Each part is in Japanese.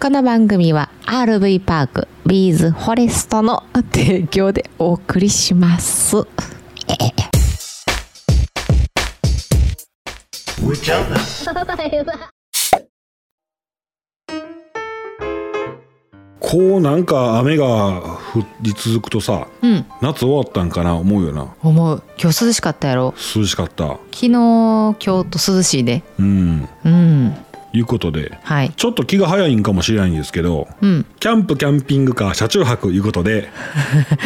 この番組は RV パークビーズフォレストの提供でお送りします。こうなんか雨が降り続くとさうん、夏終わったんかな思うよな思う。今日涼しかったやろ。涼しかった昨日、今日と涼しいで。うんうん、いうことではい。ちょっと気が早いんかもしれないんですけどうん、キャンプキャンピングカー車中泊いうこ とで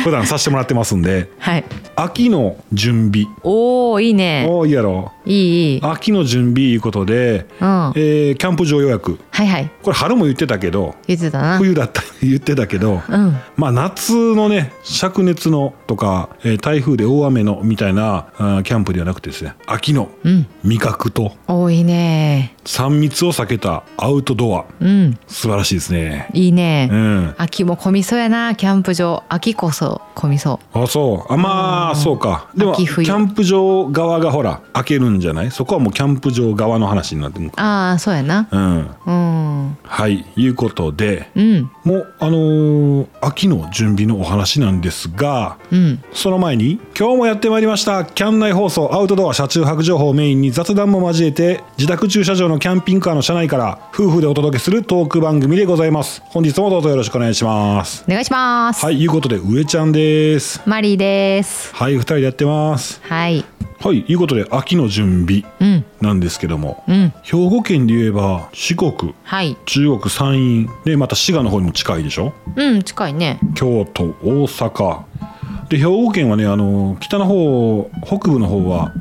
普段させてもらってますんではい。秋の準備おー、いいね。おーいいやろいい、いい。秋の準備いうことで、うん。はえーキャンプ場予約いはい。これ春も言ってたけど言ってたな。冬だった言ってたけどうん。まあ夏のね灼熱のとか、えー台風で大雨のみたいなあーキャンプではなくてですね秋のうん。味覚とおー、いいね。 3密を避けたアウトドアうん。素晴らしいですねいいね。うん秋も混みそうやなキャンプ場秋こそ混みそあそうあまあそうかでもキ秋冬ャンプ場側がほら開けるんじゃないそこはもうキャンプ場側の話になってくるうああそうやなうんうんはいいうことでうんもうあのー秋の準備のお話なんですがうんその前に今日もやってまいりましたキャン内放送アウトドア車中泊情報をメインに雑談も交えて自宅駐車場のキャンピングカーの車内から夫婦でお届けするトーク番組でございます本日もどうぞよろしくお願いしますお願いします、はいいうことで上ちゃんですマリーですはい2人でやってますはいはいいうことで秋の準備うんなんですけども、うん兵庫県で言えば四国はい中国山陰でまた滋賀の方にも近いでしょうん近いね京都大阪で兵庫県はねあの北の方北部の方は、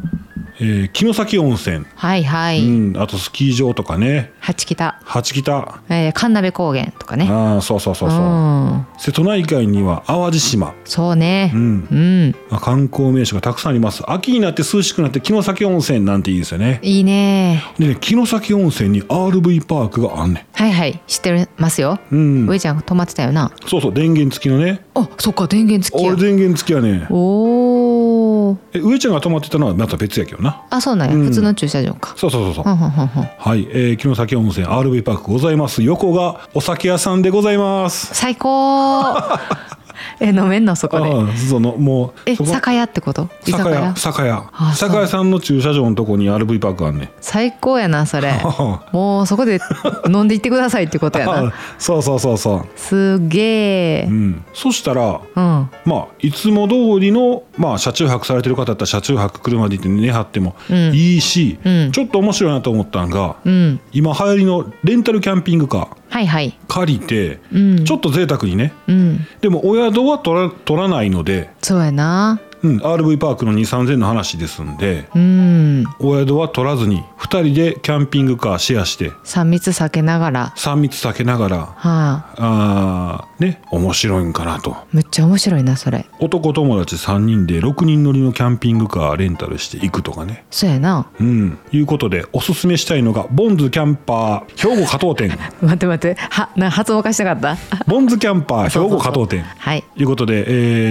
えー城崎温泉、はいはい、うん、あとスキー場とかね八北、八北えー、神鍋高原とかねああそうそうそううそう、ん瀬戸内海には淡路島、そうねうんうんまあ、観光名所がたくさんあります秋になって涼しくなって城崎温泉なんていいですよねいいねでね城崎温泉に RV パークがあんねはいはい知ってますよ、んうん上ちゃん泊まってたよなそうそう電源付きのねあそっか電源付きや俺電源付きやねおおえ上ちゃんが泊まってたのはまた別やけどなあそうなんや、うん普通の駐車場かそうそうそうそうほんほんほんほんはい、えー、城崎温泉 RV パークございます。横がお酒屋さんでございます。最 高え飲めんのそこでああそのもうえそこ酒屋ってこと居酒酒屋屋酒屋あそう酒屋さんの駐車場のとこに RV パークあんねん。最高やな それあもうそこで飲んでいってくださいってことやな あそうそうそうそすげえう。うん。そしたらうんまあいつも通りのまあ車中泊されてる方だったら車中泊車で行って寝張ってもうんいいし、うんちょっと面白いなと思ったんが、うん今流行りのレンタルキャンピングカはいはいー借りて、うんちょっと贅沢にね。うんでもお宿は取ら取らないので。そうやなうん、RV パークの2 3 0 0 0の話ですんでうんお宿は取らずに2人でキャンピングカーシェアして3密避けながら3密避けながらはああーね面白いんかなとめっちゃ面白いなそれ男友達3人で6人乗りのキャンピングカーレンタルしていくとかねそうやなうんいうことでおすすめしたいのがボンズキャンパー兵庫加 東店待って待ってはな発音化したかったボンズキャンパーそうそう兵そう庫加東店 はいということで、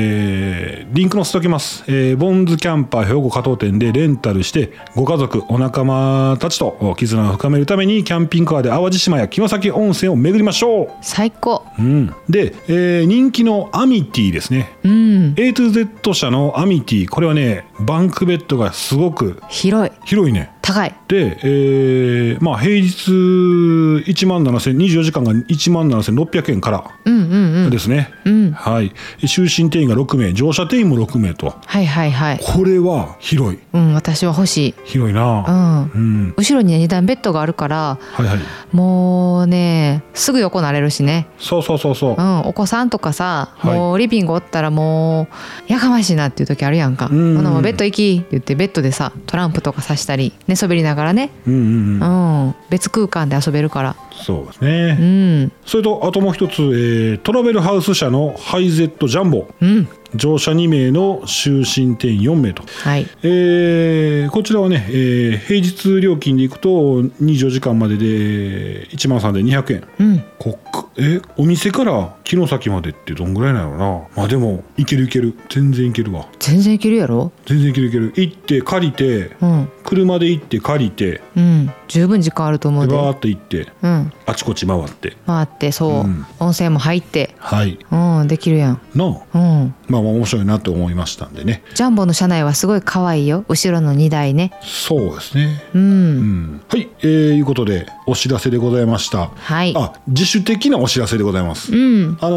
えーリンク載せておきます、えーボンズキャンパー兵庫加東店でレンタルしてご家族お仲間たちと絆を深めるためにキャンピングカーで淡路島や城崎温泉を巡りましょ最高う、うん、で、えー人気のアミティですねうん A to Z 社のアミティこれはねバンクベッドがすごく広い広いね高いで、えーまあ平日1万7000 24時間が1万7600円からうんうんうんですね、うんはい終身定員が6名乗車定員も6名とはいはいはいこれは広いうん私は欲しい広いうなんうん後ろにね二段ベッドがあるからはいはいもうねすぐ横なれるしね、そうそうそうそううん、お子さんとかさ、はいもうリビングおったらもうやかましいなっていう時あるやんか「うほんなもうベッド行き」って言ってベッドでさトランプとかさしたり寝そべりながらね、うんうんううんん、別空間で遊べるから、そうですうねんそれとあともう一つ、えートラベルハウス社のハイゼットジャンボうん、乗車2名の終身定員4名とはいえーこちらはね、えー平日料金でいくと24時間までで1万3200円うんこっかえお店から城崎までってどんぐらいなのなまあでもいけるいける全然いけるわ全然いけるやろ全然いけるいける行って借りてうん車で行って借りてうん十分時間あると思バうでーって行ってうんあちこち回って回ってそう、うん温泉も入ってはいうんできるやんのうんまあまあ面白いなと思いましたんでねジャンボの車内はすごい可愛いよ後ろの荷台ねそうですねうん、うんはい、えー、いうことでお知らせでございましたはいあ自主的なお知らせでございますうんあの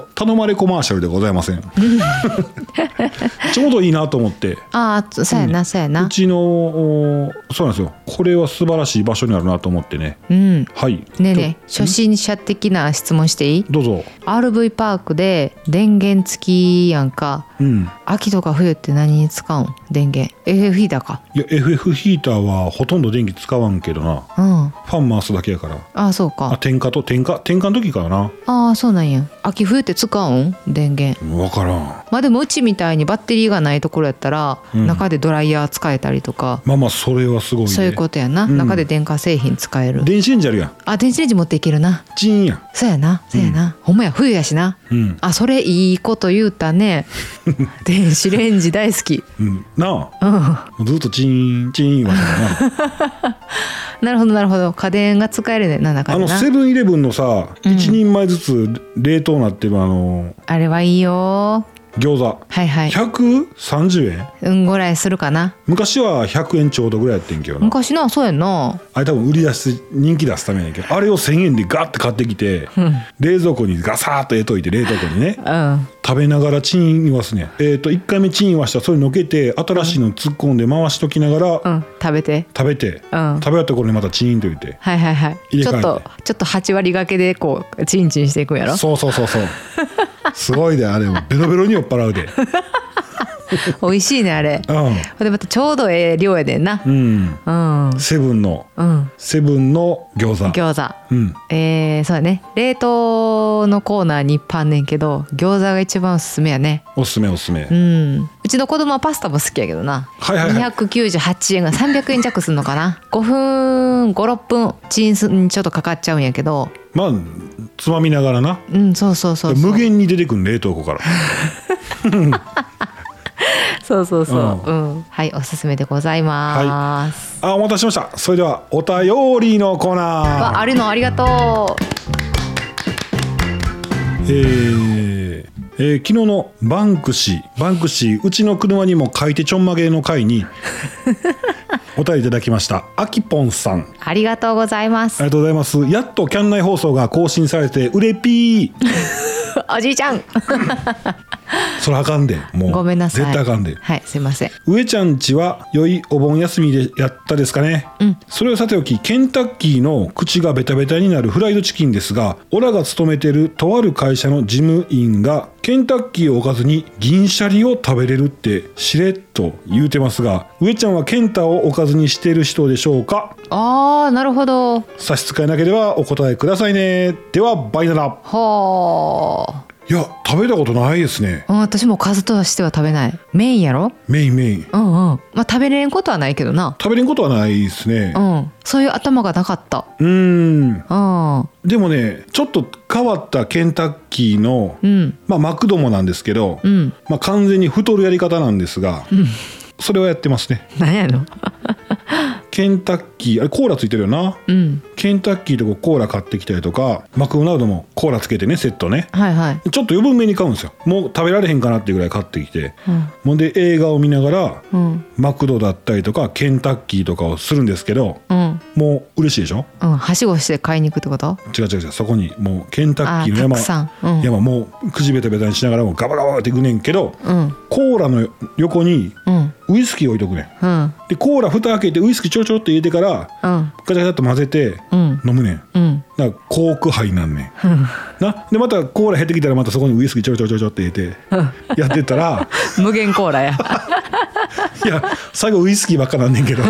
ー頼まれコマーシャルでござい ませんちょうどいいなと思ってああそうやな、そうやうなちのおそうなんですよこれは素晴らしい場所にあるなと思ってねうんはいねえねえ初心者的な質問していいどうぞ RV パークで電源付きやんかうん秋とか冬って何に使うん電源 FF ヒーターかいや FF ヒーターはほとんど電気使わんけどなうんあファン回すだけやからあそうあか点火と点火点火の時からなああそうなんや秋冬って使うん電源分からんまあでもうちみたいにバッテリーがないところやったら、うん中でドライヤー使えたりとかまあまあそれはすごいねそういうことやな、うん中で電化製品使える電子レンジあるやんあ電子レンジ持っていけるなチーンやんそうやなそうやな、ほんまや冬やしなうん、あそれいいこと言うた ね電子レンジ大好きうん、なうん あもうずっとチーンチーン言われてるななるほどなるほど家電が使えるねなんだかあでのなセブンイレブンのさ、うん一人前ずつ冷凍なってるあのあれはいいよ餃子はいはい130円うんぐらいするかな昔は100円ちょうどぐらいやってんけどな昔なそうやんなあれ多分売り出し人気出すためやねんけどあれを1000円でガッて買ってきてうん冷蔵庫にガサーッと入れといて冷凍庫にねうん食べながらチン言わすねんえっ、と1回目チン言わしたらそれのけて新しいの突っ込んで回しときながうらん食べて食べて、うん食べ終わった頃にまたチンと言ってはいはいはい入ちれ替えょてっとちょっと8割掛けでこうチンチンしていくんやろそうそうそうそうすごいであれもベロベロに酔っ払うで美味しいねあれうほんでまたちょうどええ量やでんなんうんうんセブンのうんセブンの餃子餃子うんえー、そうだね冷凍のコーナーにいっぱいあんねんけど餃子が一番おすすめやねおすすめおすすめ、うんうちの子供はパスタも好きやけどな、はいはいはい298円が300円弱すんのかな5分56分チンスにちょっとかかっちゃうんやけどまあつまみながらなうんそうそうそうそう無限に出てくる冷凍庫からそうそうそう、ううんはいおすすめでございます、あお待たせしましたそれではお便りのコーナーわあるのありがとえーえー昨日のバンクシーバンクシーうちの車にも書いてちょんまげの 回にお便りいただきましたあきぽんさんうありがとうございまありすがとうございますやっとキャン内放送が更新されてうれぴーおじいちゃんそれあかんでもうごめんなさい絶対あかんではいすいません上ちゃんちは良いお盆休みでやったですかね、うんそれをさておきケンタッキーの口がベタベタになるフライドチキンですがオラが勤めてるとある会社の事務員がケンタッキーを置かずに銀シャリを食べれるってしれっと言うてますが上ちゃんはケンタを置かずにしてる人でしょうかあーなるほど差し支えなければお答えくださいねではバイナラほーいや食べたことないですねうん、私もおかずとしては食べないメインやろメインメインうんうんまあ食べれんことはないけどな食べれんことはないですねうんそういう頭がなかったうーんうんでもねちょっと変わったケンタッキーの、うんまあ、マクドもなんですけど、うんまあ、完全に太るやり方なんですが、それはやってますねなんやのケンタッキーあれコーラついてるよなうんケンタッキーとこコーラ買ってきたりとかマクドナルドもコーラつけてねセットねはいはい、ちょっと余分めに買うんですよもう食べられへんかなっていうぐらい買ってきてうんほんで映画を見ながらうんマクドだったりとかケンタッキーとかをするんですけどうんもう嬉しいでしょうんはしごして買いに行くってこと違う違う違うそこにもうケンタッあキーーたのくさ山んうん山もうくじベタベタにしながらもうガバガバっていくねんけどうんコーラの横にうんウイスキー置いとくねんうんでコーラ蓋開けてウイスキーちょろちょろって入れてからうんガチャガチャっと混ぜてうん飲むねんうんだからコーク杯なんねんうんなでまたコーラ減ってきたらまたそこにウイスキーちょろちょろちょろちょろって入れてやってたら無限コーラ やいや最後ウイスキーばっかなんね んけど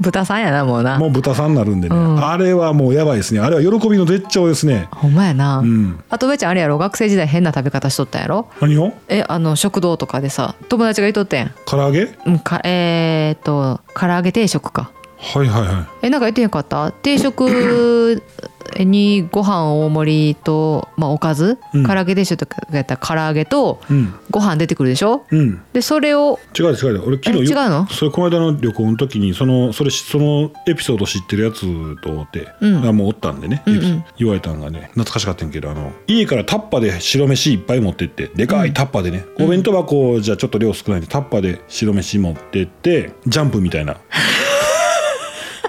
豚さんやなもうなもう豚さんになるんでね、うんあれはもうやばいですねあれは喜びの絶頂ですねほんまやな、うんあとべちゃんあれやろ学生時代変な食べ方しとったんやろ何をえあの食堂とかでさ友達がいとってん唐揚げうん、かえー、っと唐揚げ定食かはいはいはい えなんか言ってへんかった定食にご飯大盛りと、まあ、おかず、うん唐揚げ定食とかやったら唐揚げとうんご飯出てくるでしょうんでそれを違う違う俺昨え日違うのそれこの間の旅行の時にそのそれそのエピソード知ってるやつと思って、うんあもうおったんでね、うんうんエピソード言われたんがね懐かしかったんやけどあの家からタッパで白飯いっぱい持ってってでかいタッパでね、お弁当箱じゃちょっと量少ないんでタッパで白飯持ってってジャンプみた いな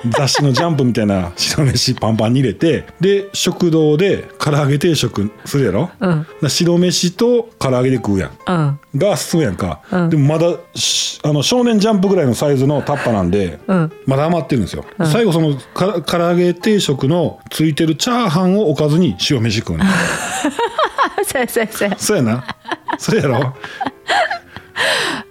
雑誌のジャンプみたいな白飯パンパンに入れてで食堂で唐揚げ定食するやろ、うんな白飯と唐揚げで食うやんうんが進むやんか、うんでもまだしあの少年ジャンプぐらいのサイズのタッパなんで、うんまだ余ってるんですよ、ん最後そのか唐揚げ定食のついてるチャーハンをおかずに塩飯食うねそうそうそうそうやなそうやろ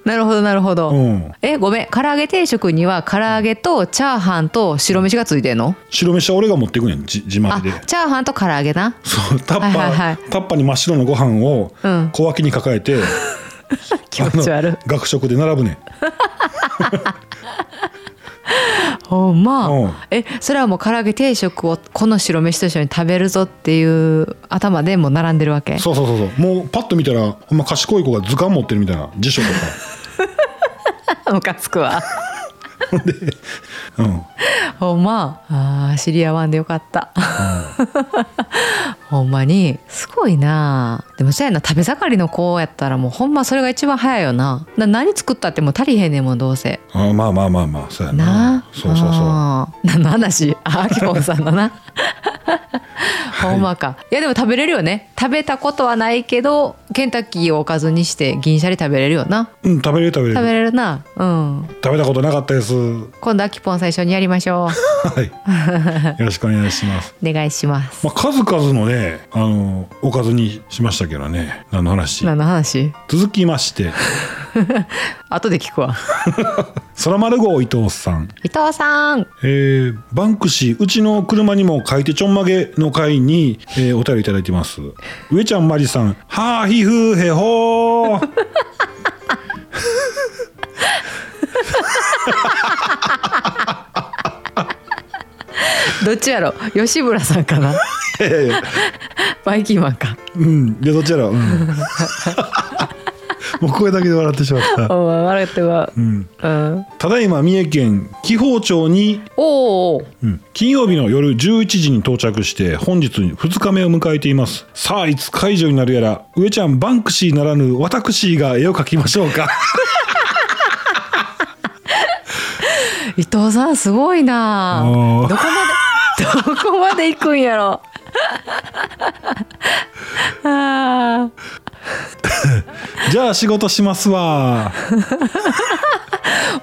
なるほどなるほど、うんえごめん唐揚げ定食には唐揚げとチャーハンと白飯がついてんの白飯は俺が持ってくんやんじ自あチ前でャーハンと唐揚げなそうタッパー、はいはいはいタッパーに真っ白のご飯をうん小脇に抱えて、気持ち悪いあの学食で並ぶねんほんまうんえそれはもう唐揚げ定食をこの白飯と一緒に食べるぞっていう頭でもう並んでるわけそうそうそうそうもうパッと見たらほんま賢い子が図鑑持ってるみたいな 辞書とか ムカつくわうんほんまあー知り合わんでよかった、 ほんまにすごいなでもそうやな食べ盛りの子やったらもうほんまそれが一番早いよなな何作ったってもう足りへんねんもんどうせあまあまあまあまあそうやななそうそうそうあー何の話 あきこんさんのなほんまか、い、やでも食べれるよね食べたことはないけどケンタッキーをおかずにして銀シャリ食べれるよなうん食べれる食べれる食べれるなうん食べたことなかったですは今度あきぽん最初にやりましょいよろしくお願いしますうお願いし ますまあ数々のねあのおかずにしましたけどね何の話何の話続きまして後で聞くわ空丸号伊藤さん伊藤さんえーバンクシーうちの車にも書いてちょんまげの回に、えーお便りいただいてます上ちゃんまりさんはーひふーへほー どっちやろ吉村さんか ないやいやいやバイキンマンかうんいやどちらうんもう声だけで笑ってしまったおお笑ってはうん、うんただいま三重県紀宝町に、おーうん金曜日の夜11時に到着して本日2日目を迎えていますさあいつ解除になるやら上ちゃんバンクシーならぬ私が絵を描きましょ うか伊藤さんすごいなおーどこまでどこまで行くんやろあー じゃあ仕事しますわ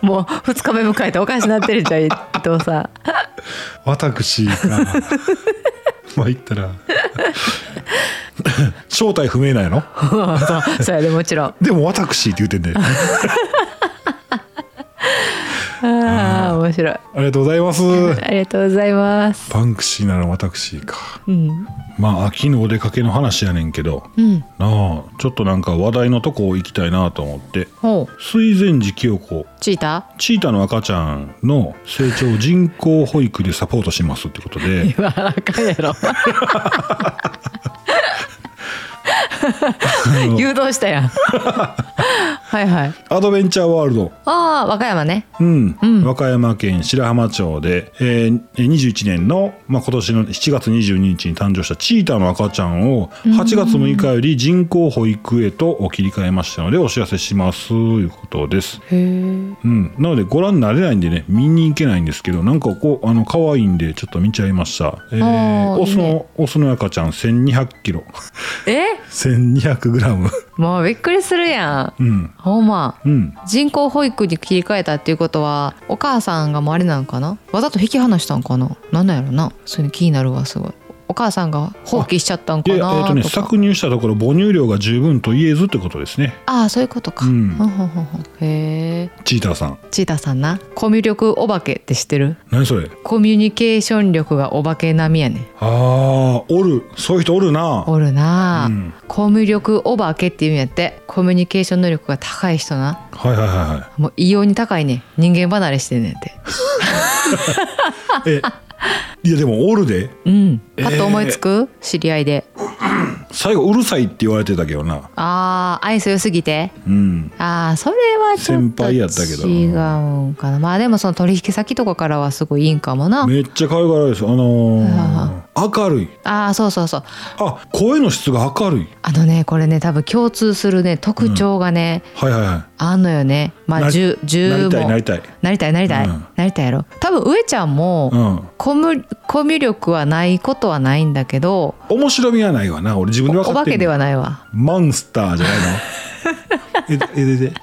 もう2日目迎えておかしなってるじゃん伊藤さん私が まあ言ったら 正体不明なんやろ そうそうやでもちろんでも私って言うてんで、ああ面白いありがとうございますありがとうございますバンクシーなら私かうんまあ秋のお出かけの話やねんけどうんなあちょっとなんか話題のとこ行きたいなと思ってほう水前寺清子チータチータの赤ちゃんの成長を人工保育でサポートしますってことーで言わなあかんやろ誘導したやんはいはいアドベンチャーワールド、ああ和歌山ねうんうん和歌山県白浜町で、えー21年の、まあ、今年の7月22日に誕生したチータの赤ちゃんを8月6日より人工保育へと切り替えましたのでお知らせしますということです。へえうん、なのでご覧になれないんでね見に行けないんですけどなんかこうあの可愛いんでちょっと見ちゃいました、えー、あーオスのいいオスの赤ちゃん1 2 0 0キロえ1 2 0 0ムもうびっくりするやんうんほんまうん人工保育に切り替えたっていうことはお母さんがもうあれなんかなわざと引き離したんかななんなんやろなそういうの気になるわすごいお母さんが放棄しちゃったんでかえっ、なとねとか搾乳したところ母乳量が十分と言えずってことですねああそういうことか、うんほんほんほんほんへえチーターさんチーターさんなコミュ力お化けって知ってる何それコミュニケーション力がお化け並みやねんあーおるそういう人おるなおるなあ、うんコミュ力お化けっていうんやってコミュニケーション能力が高い人なはいはいはいはもう異様に高いねん人間離れしてんねんっていえいやでもおるでうんパッと思いつく、知り合いで最後うるさいって言われてたけどなああ愛想良すぎてうんああそれはちょっと先輩やったけど違うんかなまあでもその取引先とかからはすごいいいんかもなめっちゃ可愛がられるですあのー、明るいああそうそうそうあ声の質が明るいあのねこれね多分共通するね特徴がね、はいはいはあんのよねまあな10いな10りたいもなりたいなりたいなりたい、うんなりたいやろ多分上ちゃんも、うんコミュコミュ力はないことはないんだけど面白みはないわな俺自分でお分か化ってけんでのはないわマンスターじ ゃないのええでで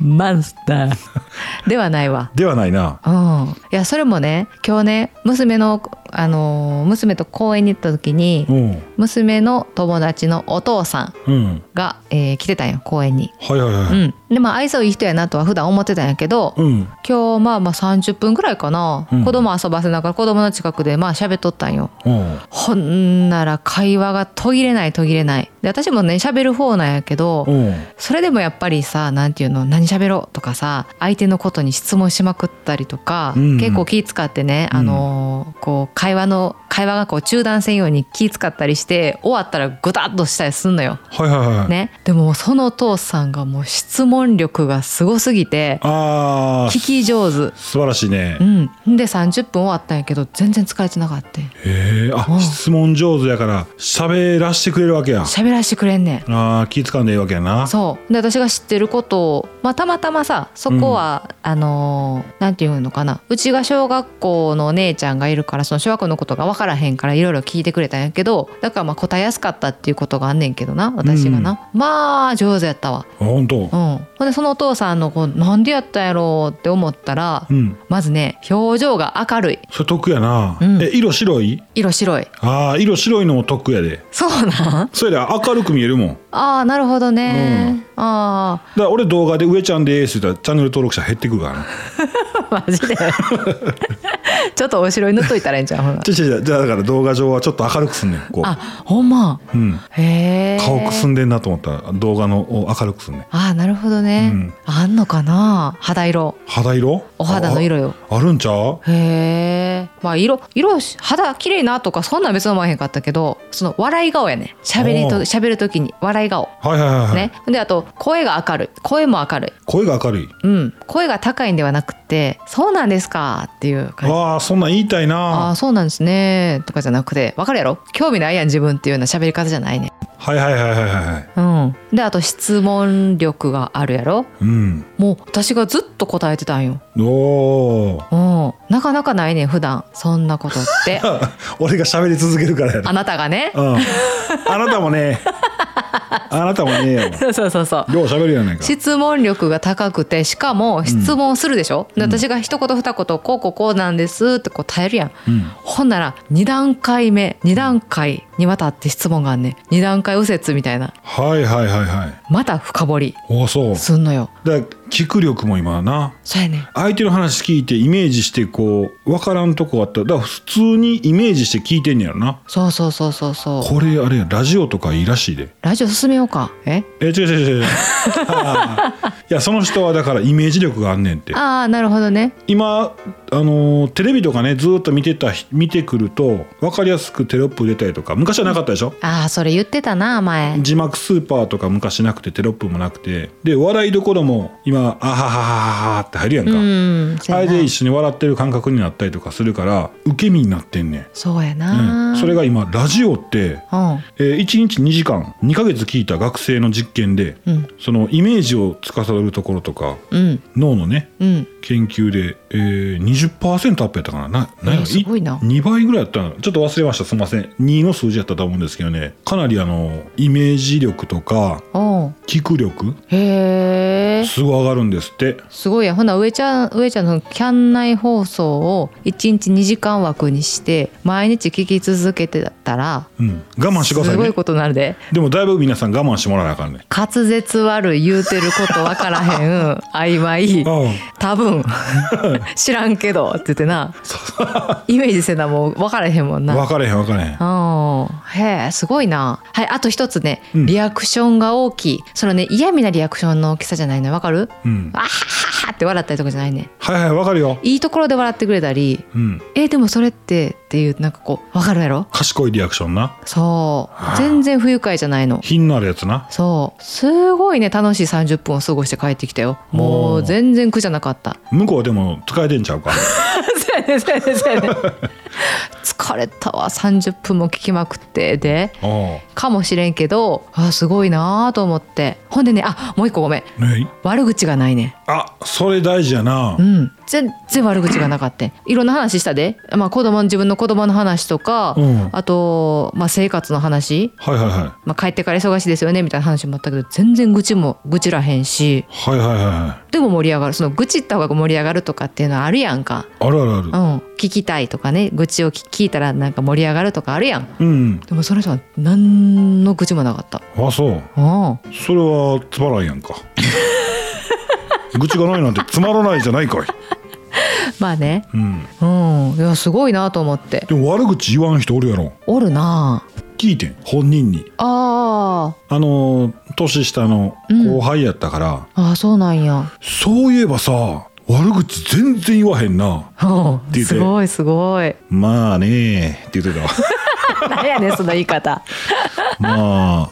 マンスター ではないわではないなうん、いやそれもね今日ね娘の、あのー娘と公園に行った時に、うん娘の友達のお父さんうんが、えー来てたんよ公園に。はいはいはういん、でまあ愛想いい人やなとは普段思ってたんやけど、うん今日まあまあ30分ぐらいかな、うん子供遊ばせながら子供の近くでまあ喋っとったんよ。うんほんなら会話が途切れない途切れない。で私もね喋る方なんやけど、うんそれでもやっぱりさなんていうの何喋ろうとかさ相手のことに質問しまくったりとか、うん結構気使ってね、あのーこう会話の会話がこう中断せんように気使ったりして終わったらグタッとしたりすんのよ。はいはいはい、ね、でもそのお父さんがもう質問力がすごすぎてああ聞き上手。素晴らしいねうん、で30分終わったんやけど全然疲れてなかったへえうあん質問上手やから喋らしてくれるわけや喋らしてくれんねんあー気使うんでええわけやなそうで私が知ってることを、まあ、たまたまさそこは、あのーなんていうのかなうちが小学校のお姉ちゃんがいるからその小学校のことが分からへんからいろいろ聞いてくれたんやけどだからまあ答えやすかったっていうことがあんねんけどな私がな、まあ上手やったわ、あ本当うん、ほんでそのお父さんのこうなんでやったんやろうって思ったら、うんまずね表情が明るいそれ得やな、うんえ色白い色白いああ色白いのも得やでそうなんそれで明るく見えるもんだかああなるほどね、ああら俺動画で「上ちゃんです」って言ったらチャンネル登録者減ってくるからな マジでちょっとお城に塗っといたらいいんちゃうほなじゃじゃじゃだから動画上はちょっと明るくすんねんこう、あほんまうん、へえ顔くすんでんなと思ったら動画のを明るくすんねんあなるほどね、うんあんのかな肌色肌色お肌の色よああるんちゃうへえまあ色色肌綺麗なとかそんなん別に思わへんかったけどその笑い顔やね喋りとおう喋る時に笑い顔はいはいはいはい、ね、であと声が明るい声も明るい声が明るいうん声が高いんではなくて「そうなんですか」っていう感じああそんなん言いたいああなーそうなんですねとかじゃなくてわかるやろ興味ないやん自分っていうような喋り方じゃないねはいはいはいはいはいうんであと質問力があるやろうんもう私がずっと答えてたんよ。おおー うん、なかなかないねん普段そんなことって。俺が喋り続けるからやなあなたがね。うん、あなたも ねあなたもねよそうそうそうそう。よう喋るやないか質問力が高くてしかも質問するでしょ、で私が一言二言こうこうこうなんですって答えるやん、うんほんなら2段階目2段階にわたって質問があんねん2段階右折みたいなはいはいはいはいまた深掘りおそうすんのよだから聞く力も今なそうやねん相手の話聞いてイメージしてこう分からんとこあったらだから普通にイメージして聞いてんねやろなそうそうそうそうそうこれあれやラジオとかいいらしいでラジオ進めようかええ違う違う違う違 うあーいやその人はだからイメージ力があんねんってああなるほどね今あのーテレビとかねずーっと見てたひ見てくると分かりやすくテロップ入れたりとか昔はなかったでしょ、ああそれ言ってたな前字幕スーパーとか昔なくてテロップもなくてで笑いどころも今「あははははは」って入るやんか、うんそうあやれなで一緒に笑ってる感覚になったりとかするから受け身になってんねん、そうやうな、ん、それが今ラジオって、うんえー1日2時間2ヶ月聞いた学生の実験で、うんそのイメージを司るところとかうん脳のねうん研究で、えー、20%アップやったかなななんやろ、えーすごいな2倍ぐらいやったのちょっと忘れましたすみません2の数字やったと思うんですけどねかなりあのイメージ力とかおう聞く力へえすぐ上がるんですってすごいやほな上ちゃん上ちゃんのキャン内放送を1日2時間枠にして毎日聞き続けてたらうん我慢してくださすいごねいことになるででもだいぶ皆さん我慢してもらわなあかんね滑舌悪い言うてることわからへん曖昧 あ多分知らんけどって言ってなイメージせなもう分からへんもんな分かれへん分かれへんうんへえすごいなはいあと一つねうんリアクションが大きい、そのね嫌味なリアクションの大きさじゃないの分かるうんわはははって笑ったりとかじゃないねはいはい分かるよいいところで笑ってくれたりうんえでもそれってっていうなんかこう分かるやろ賢いリアクションなそうあ全然不愉快じゃないの品のあるやつなそうすごいね楽しい30分を過ごして帰ってきたよもおーう全然苦じゃなかった向こうでも使えてんちゃうか そうやねそうやねそうやね 疲れたわ30分も聞きまくってでおかもしれんけどあすごいなと思ってほんでねあもう一個ごめんうね悪口がないねあそれ大事やなうん全然悪口がなかったいろんな話したで、まあ、子供の自分の子供の話とか、うんあと、まあ、生活の話、はいはいはまあ、帰ってから忙しいですよねみたいな話もあったけど全然愚痴も愚痴らへんしいはいはいはいはいでも盛り上がるその愚痴った方が盛り上がるとかっていうのはあるやんか、あるあるあるうん、聞きたいとかね愚痴を聞聞いたらなんか盛り上がるとかあるやんうんでもその人は何の愚痴もなかったあそううんそれはつまらんやんか愚痴がないなんてつまらないじゃないかい、まあねうん、うんいやすごいなと思ってでも悪口言わん人おるやろおるな聞いてん本人にああのー年下のうん後輩やったから、ーあーそうなんやそういえばさ悪口全然言わへんなうんて言ってすごいすごいまあねえって言 ってたわ何やねんその言い方まあ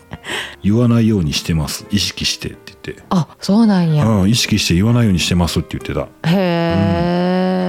言わないようにしてます意識してって言ってあそうなんやうん意識して言わないようにしてますって言ってたへ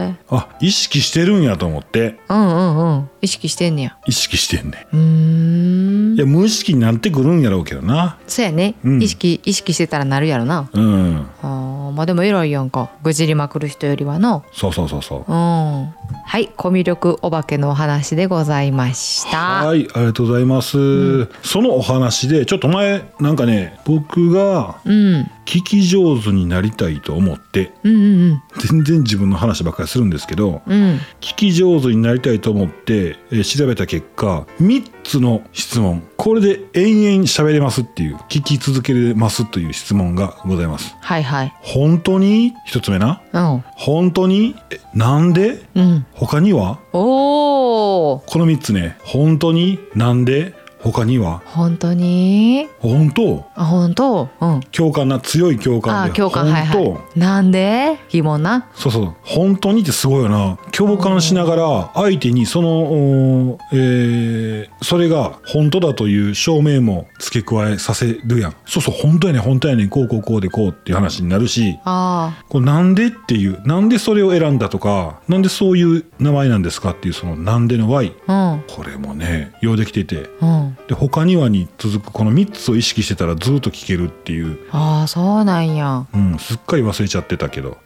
え、あ意識してるんやと思ってうんうんうん意識してんねや意識してんねうーいんや無意識になってくるんやろうけどなそうやね、うん意識意識してたらなるやろなうんあーまあでも偉いやんかぐじりまくる人よりはのそうそうそうそううんはいコミュ力お化けのお話でございましたはいありがとうございます、そのお話でちょっと前なんかね僕がうんうん聞き上手になりたいと思ってうん全然自分の話ばっかりするんですけどうんうん聞き上手になりたいと思って、えー調べた結果3つの質問これで延々喋れますっていう聞き続けれますという質問がございますはいはい本当に1つ目なうん本当にえなんでうん他にはおおこの3つね本当になんで他には本当に本当あ本当うん共感な強い共あ感で共感はい本当、はいなんで疑問なそうそう本当にってすごいよな共感しながら相手にその、おーえーそれが本当だという証明も付け加えさせるやんそうそう本当やねん本当やねんこうこうこうでこうっていう話になるしあこうなんでっていうなんでそれを選んだとかなんでそういう名前なんですかっていうそのなんでの Y あこれもねようできててうんうんで他にはに続くこの3つを意識してたらずっと聞けるっていうああそうなんやうん、すっかり忘れちゃってたけど。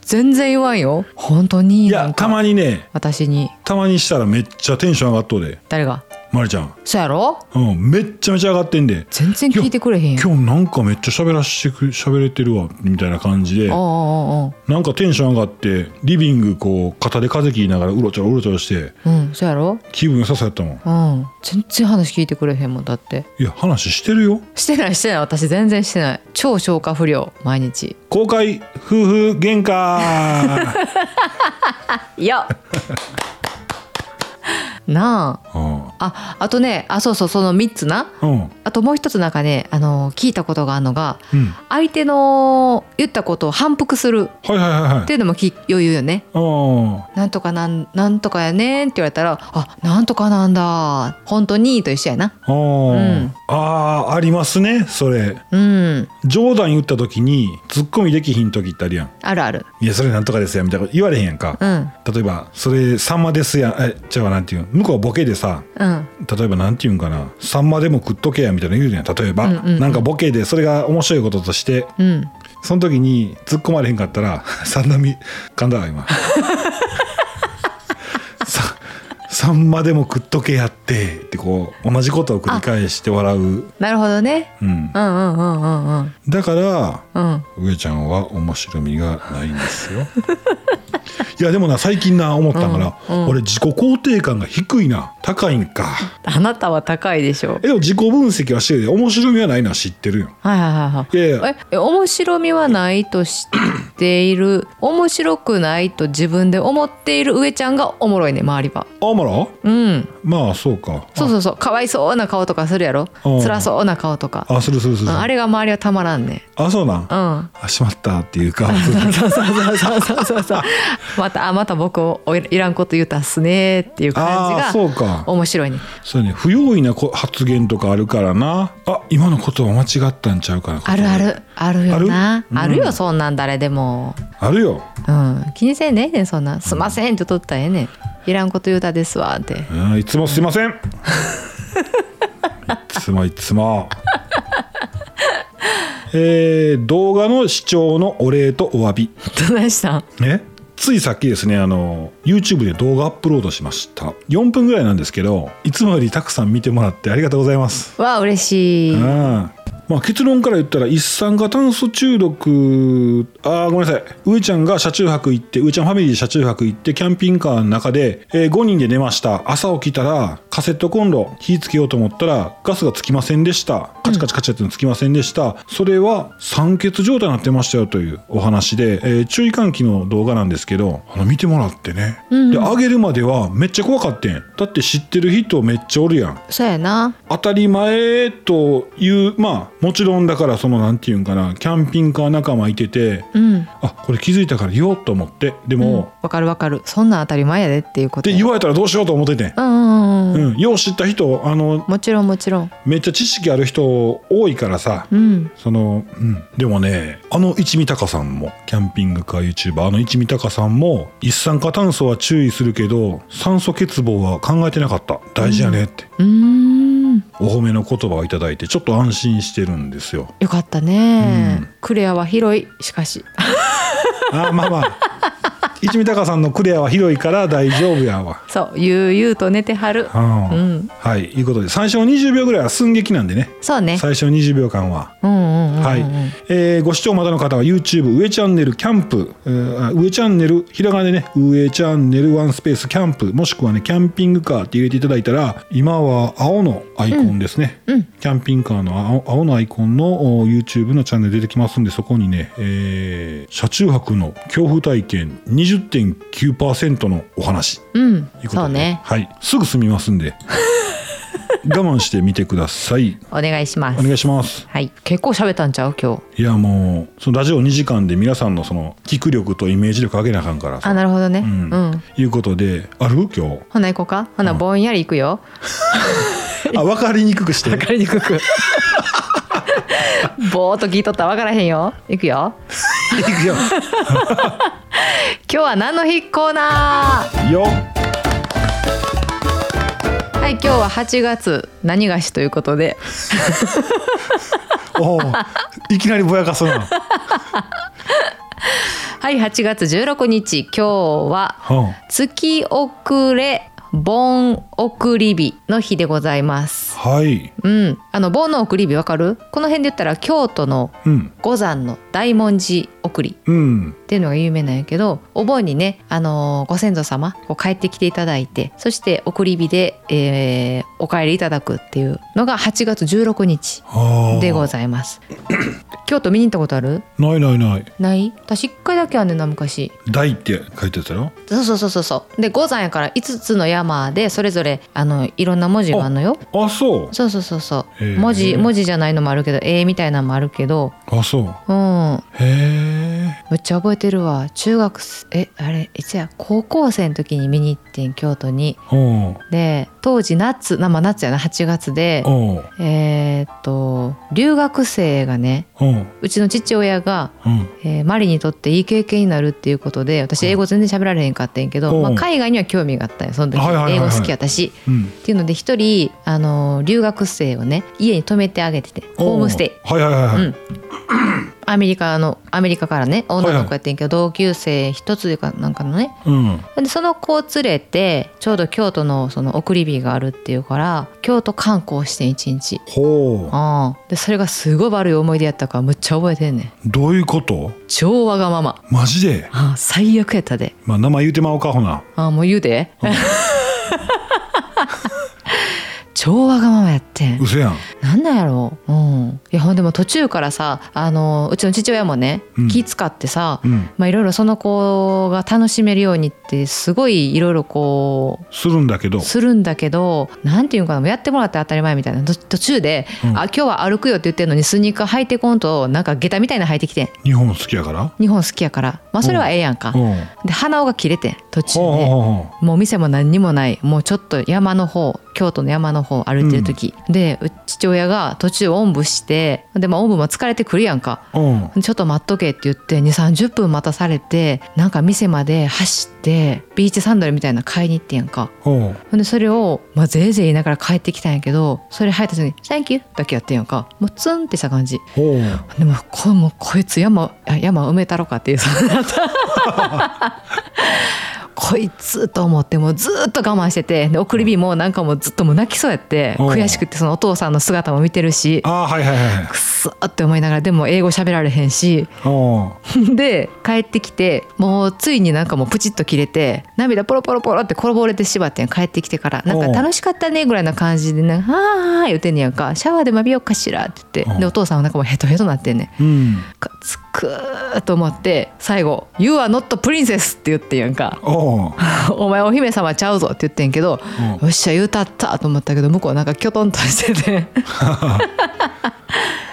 全然言わんよ本当にいなや、んかたまにね、私にたまにしたらめっちゃテンション上がっとうで、誰がまりちゃん。そうやろうん、めっちゃめちゃ上がってんで。全然聞いてくれへんやん今日なんかめっちゃ喋らしてく喋れてるわみたいな感じおうでおうおうなんかテンション上がってリビングこう肩で風切りながらうろちょろうろちょろしておううんそうやろ気分良さそうやったもうんん全然話聞いてくれへんもんだっていや話してるよしてないしてない私全然してない超消化不良毎日公開夫婦 喧嘩いや なあうんああとねあそうそうその3つなうんあともう一つなんかねあの聞いたことがあるのがうん相手の言ったことを反復するはいはいはいはっいていうのもき余裕よね。あなんとかなんなんとかやねんって言われたら「あなんとかなんだ本当に」と一緒やな。ああ、んあーありますねそれうん冗談言った時にツッコミできひん時ってあるやんあるある。いやそれなんとかですやみたいなこと言われへんやんか、うん例えばそれさんまですやんえじゃあなんていうん向こうはボケでさうん例えばなんていうんかなさんまでも食っとけやみたいなの言うじゃん例えば、うんうんうんなんかボケでそれが面白いこととしてうん。その時に突っ込まれへんかったら 「さんなみ噛んだわ今」 さ「さんまでも食っとけやって」ってこう同じことを繰り返して笑う、なるほどね。うん、うんうんうんうんうんだからうん。 上ちゃんは面白みがないんですよ。いやでもな最近な思ったんから、うんうん俺自己肯定感が低いな高いんかあなたは高いでしょえでも自己分析はしてるで面白みはないのは知ってるよはいはいはいはいいやいやええ面白みはないと知っている 面白くないと自分で思っている上ちゃんがおもろいね周りはあまらうんまあそうかそうそうそうかわいそうな顔とかするやろうん辛そうな顔とかあするするすうるんあれが周りはたまらんねあそうなんうんあしまったっていうか そうそうそうそうそうそうそうまたあまた僕をおいいらんこと言うたっすねっていう感ああじそうがか面白いねそうやね不用意なこ発言とかあるからなあ今のことは間違ったんちゃうかなあるあるあるよなああるる,、うんよそんなん誰でもあるようん気にせんでええねんそんなんすんませんって取ったらええねんいらんこと言うたですわってうんいつもすいませんいつもいつもえー動画の視聴のお礼とお詫びどないしたんねついさっきですねあの YouTube で動画アップロードしました4分ぐらいなんですけどいつもよりたくさん見てもらってありがとうございますわあ嬉しい、うんまあ、結論から言ったら一酸化炭素中毒あーごめんなさい上ちゃんが車中泊行って上ちゃんファミリーで車中泊行ってキャンピングカーの中で、え5人で寝ました朝起きたらカセットコンロ火つけようと思ったらガスがつきませんでしたカチカチカチやってのつきませんでした、それは酸欠状態になってましたよというお話で、えー注意喚起の動画なんですけどあの見てもらってね、で上げるまではめっちゃ怖かってんだって知ってる人めっちゃおるやんそうやな当たり前というまあもちろんだからそのなんていうんかなキャンピングカー仲間いてて、うんあこれ気づいたから言おうと思ってでも、っわかるわかるそんなん当たり前やでっていうことてや言われたらどうしようと思ってて、うんうんうん、ううん、ん、よう知った人あのもちろんもちろんめっちゃ知識ある人多いからさ、うんその、うん、でもねあの一味高さんもキャンピングカー YouTuber あの一味高さんも一酸化炭素は注意するけど酸素欠乏は考えてなかった大事やねって、うーんお褒めの言葉をいただいてちょっと安心してるんですよよかったね、クレアは広いしかしあーまあまあ一味高さんのクレアは広いから大丈夫やわ。そう悠々と寝てはるううんはいいうことで最初の20秒ぐらいは寸劇なんでねそうね最初の20秒間は。うんうんうん、うん、はいえーご視聴またの方は YouTube 上チャンネルキャンプ、えーあ上チャンネルひらがなでね上チャンネルワンスペースキャンプもしくはねキャンピングカーって入れていただいたら今は青のアイコンですね、うんうんキャンピングカーの青青のアイコンのお YouTube のチャンネル出てきますんでそこにね、えー車中泊の恐怖体験20.9%のお話うんということでそうねはい、すぐ済みます んで我慢してみてくださいお願いしまおす願いしますはい結構喋ったんちゃう今日いやもうそのラジオ2時間で皆さんのその聞く力とイメージ力上げなあかんからあさなるほどねううんん、いうことである今日 ほな行こうかほなぼんやり行くよ、あ分かりにくくしてわかりにくく ぼーっと聞いとったらわからへんよ行くよいくよ今日は何の日コーナー よはい今日は8月何菓子ということでおーいきなりぼやかすな、はい8月16日今日はうん月遅れ盆送り日の日でございます。はいうん、あの盆の送り日わかる？この辺で言ったら京都のうん五山の大文字送りうんっていうのが有名なんやけど、お盆にね、あのーご先祖様こう帰ってきていただいて、そして送り火で、えーお帰りいただくっていうのが8月16日あーでござい ます。京都見に行ったことある？ないないないない？私一回だけあんねんな昔。 「大」って書いてたよそうそうそうそうそうで五山やから5つの山でそれぞれあのいろんな文字があるのよあそうそうそうそうそへうえ文字文字じゃないのもあるけど絵みたいなのもあるけどあそううんへえめっちゃ覚えてるわ中学すえあれいつや高校生の時に見に行ってん京都におうで当時夏生夏やな8月でおうえーっと留学生がねおううちの父親がうんえーマリにとっていい経験になるっていうことで私英語全然喋られへんかったんやけうど、んまあ、海外には興味があったんよその時、はいはいはいはい英語好きやったしうんっていうので一人あの留学生をね家に泊めてあげててホームステイイはいはいはいはい、うんアメリカのアメリカからね女はいのはい子やってんけど、同級生一つかなんかのねうんでその子を連れてちょうど京都のその送り火があるっていうから京都観光してん一日ほうああでそれがすごい悪い思い出やったからむっちゃ覚えてんねんどういうこと超わがままマジで、ああ最悪やったでまあ、名前言うてまおうかほなああもう言うで超わがままやってん嘘やんなんなんやろう、うん、いやほんでも途中からさあのうちの父親もね、うん気使ってさ、うんまあ、いろいろその子が楽しめるようにってすごいいろいろこうするんだけどするんだけどなんていうんかなやってもらって当たり前みたいなと途中で、うんあ「今日は歩くよ」って言ってるのにスニーカー履いてこんとなんか下駄みたいなの履いてきてん日本好きやから日本好きやから、まあ、それはええやんか、うんで鼻緒が切れてん途中で、ほうほうほうほもう店も何にもないもうちょっと山の方京都の山の方歩いてる時、でう父親が途中おんぶしてでまあおんぶも疲れてくるやんかううんちょっと待っとけって言って2 3 0分待たされてなんか店まで走ってビーチサンダルみたいなの買いに行ってんやんかほうほんでそれを、まあ、ぜいぜい言いながら帰ってきたんやけどそれ入った時に「Thank you」だけやってんやんかもうツンってした感じほうでもこもうこいつ山あ山埋めたろかっていうそのこいつと思ってもうずっと我慢しててで送り火もなんかもうずっともう泣きそうやっておう悔しくてそのお父さんの姿も見てるしああはいはいはいはいくそーって思いながらでも英語喋られへんし ほで帰ってきてもうついになんかもうプチッと切れて涙ポロポロポロって転ぼれてしまってん帰ってきてからなんかおう楽しかったねぐらいな感じでね「はーはー言うてんねやんかシャワーでまびようかしら」って言っておうでお父さんはなんかもうヘトヘトなってんねん。ううんかつくーと思って最後「You are not princess」って言ってんやんか おう「お前お姫様ちゃうぞ」って言ってんけど「うよっしゃ言うたった」と思ったけど向こうなんかきょとんとしてて っ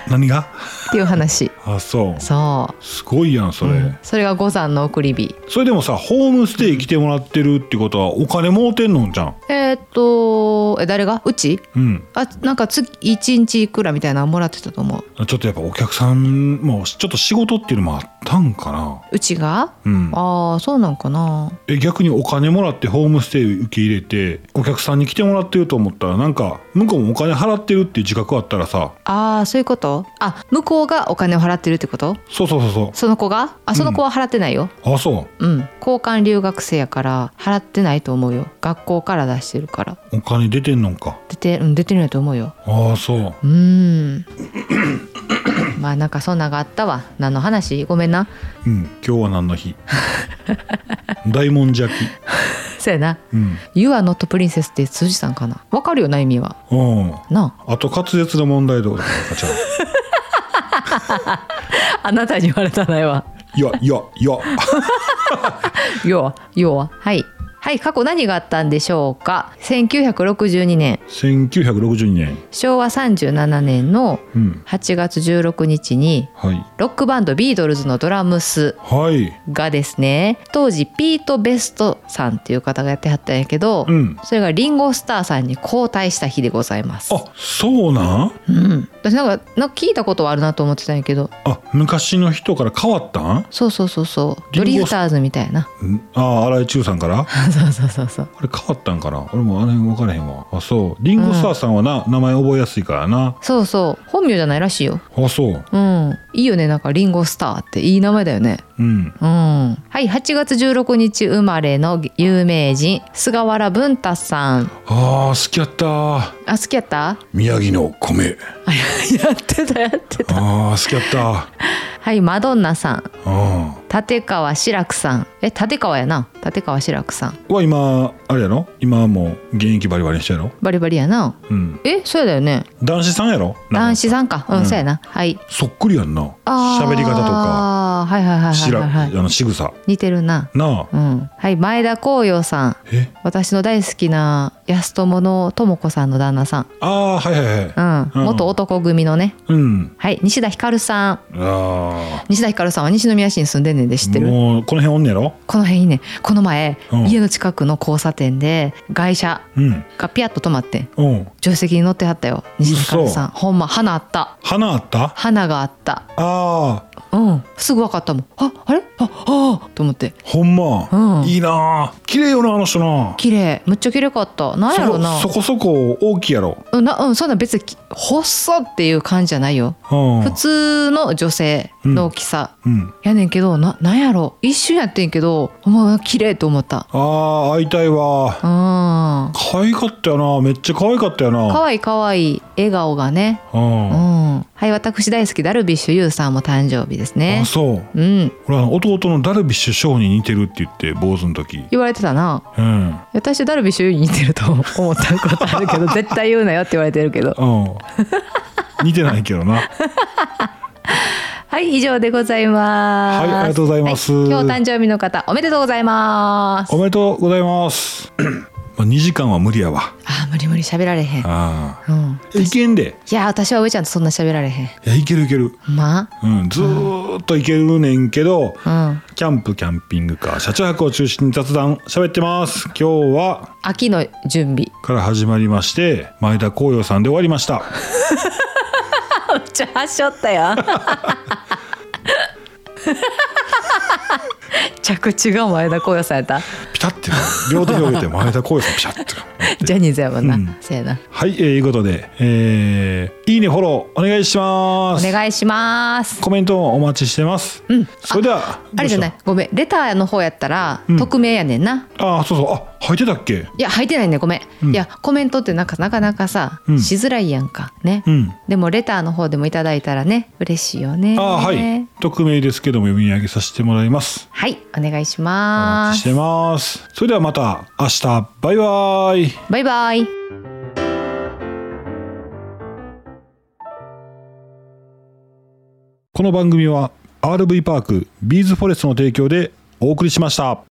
何がていう話あそうそすごいやんうそれ、うんそれが五山の送り火それでもさホームステイ来てもらってるってことはお金儲てんのんじゃんえーっとえ誰がうちうんあなんか月1日いくらみたいなのもらってたと思うちょっとやっぱお客さんもちょっと仕事っていうのもあったんかなうちがうんああそうなんかなえ逆にお金もらってホームステイ受け入れてお客さんに来てもらってると思ったらなんか向こうもお金払ってるっていう自覚あったらさああそういうことあ向こうがお金を払ってるってことそうそうそうそその子があその子は払ってないよ、うあそうん交換留学生やから払ってないと思うよ学校から出してるからうお金出てんのんか出てうん出てるんやと思うよああそううーんまあなんかそんなんがあったわ何の話ごめんなうん今日は何の日大文字焼きそやなうん「You are not princess」って辻さんかなわかるよな意味はうんなあと滑舌の問題どうだったかちゃうああなたに言われたないわいやいやいや要は要ははいはい過去何があったんでしょうか1962年1962年昭和37年のうん8月16日にはいロックバンドビートルズのドラムスはいがですね当時ピート・ベストさんっていう方がやってはったんやけど、うんそれがリンゴスターさんに交代した日でございます。あそうなんうん、私なんかなんか聞いたことはあるなと思ってたんやけどあ昔の人から変わったんそうそうそうそうリドンゴスリフターズみたいな うんああ荒井中さんからそうそうそうそうあれ変わったんかな俺もあの辺分からへんわあそうリンゴスターさんはな、名前覚えやすいからなそうそう本名じゃないらしいよ。あそううん、いいよねなんかリンゴスターっていい名前だよね。うんうん、はい8月16日生まれの有名人菅原文太さんあー好きやったあ好きやった 宮城の米あやってたやってたあー好きやったはいマドンナさんあ立川志らくさんえ立川やな立川志らくさんーは今あれやろ今はもう現役バリバリにしてやろバリバリやなうんえそうだよね男子さんやろ男子さんかうん、うんそうやなはいそっくりやんなあー喋り方とかはいはいはいしはいらはあい、はい、の仕草似てるななあうんはい前田光陽さんえ私の大好きな安友の智子さんの旦那さんああーはいはいはいうん、うん元男組のねうんはい西田ひかるさんああ西田ひかるさんは西宮市に住んでんねんで知ってるもうこの辺おんねやろこの辺いいねこの前、うん家の近くの交差点で外車うんがピャッと止まってんうん助手席に乗ってはったよ西田ひかるさんほんま花あった花あった花があったああうんすぐ分かったもんああれあああと思ってほんま、うんいいなあ綺麗よなあの人したな綺麗むっちゃ綺麗かったなんやろなそこそこ大きいやろ、うんなうんそんな別に細っていう感じじゃないようん、普通の女性の大きさ、うんやねんけどななんやろ一瞬やってんけどもう綺麗と思ったああ会いたいわうん可愛かったよなめっちゃ可愛かったよかなわいいかわいい笑顔がねうんうあんはい私大好きダルビッシュ有さんも誕生日ですねそううん俺あの弟のダルビッシュ翔に似てるって言って坊主の時言われてたなうん私ダルビッシュ有に似てると思ったことあるけど絶対言うなよって言われてる けどうん 似てないけ どなはい以上でございますはいありがとうございますは今日誕生日の方おめでとうございますおめでとうございます まあ2時間は無理やわあー無理無理喋られへんあうんあいけんでいや私は上ちゃんとそんな喋られへんいやいけるいけるまうんずーっといけるねんけどあうんキャンプキャンピングカー車中泊を中心に雑談喋ってます今日は秋の準備から始まりまして前田光陽さんで終わりましためっちゃ発症ったやん 着地が前田光陽さんやったピタッてな両手広げて前田光陽さんピシャッてジャニーズやもんな、うんせやなはい、えー、いうことで、えー、いいねフォローお願いしまおす願いしますコメントもお待ちしてます、それではあれじゃないどうしごめんレターの方やったら、うん匿名やねんなたあーそうそうあ入ってたっけいや入ってないねごめん、うんいやコメントってなんかなかなかさ、うんしづらいやんかね、うんでもレターの方でもいただいたらね嬉しいよねあーはい匿名ですけども読み上げさせてもらいますはいお願いしおま待ちしすてますそれではまた明日バイバイバイバイこの番組は RV パークビーズフォレストの提供でお送りしました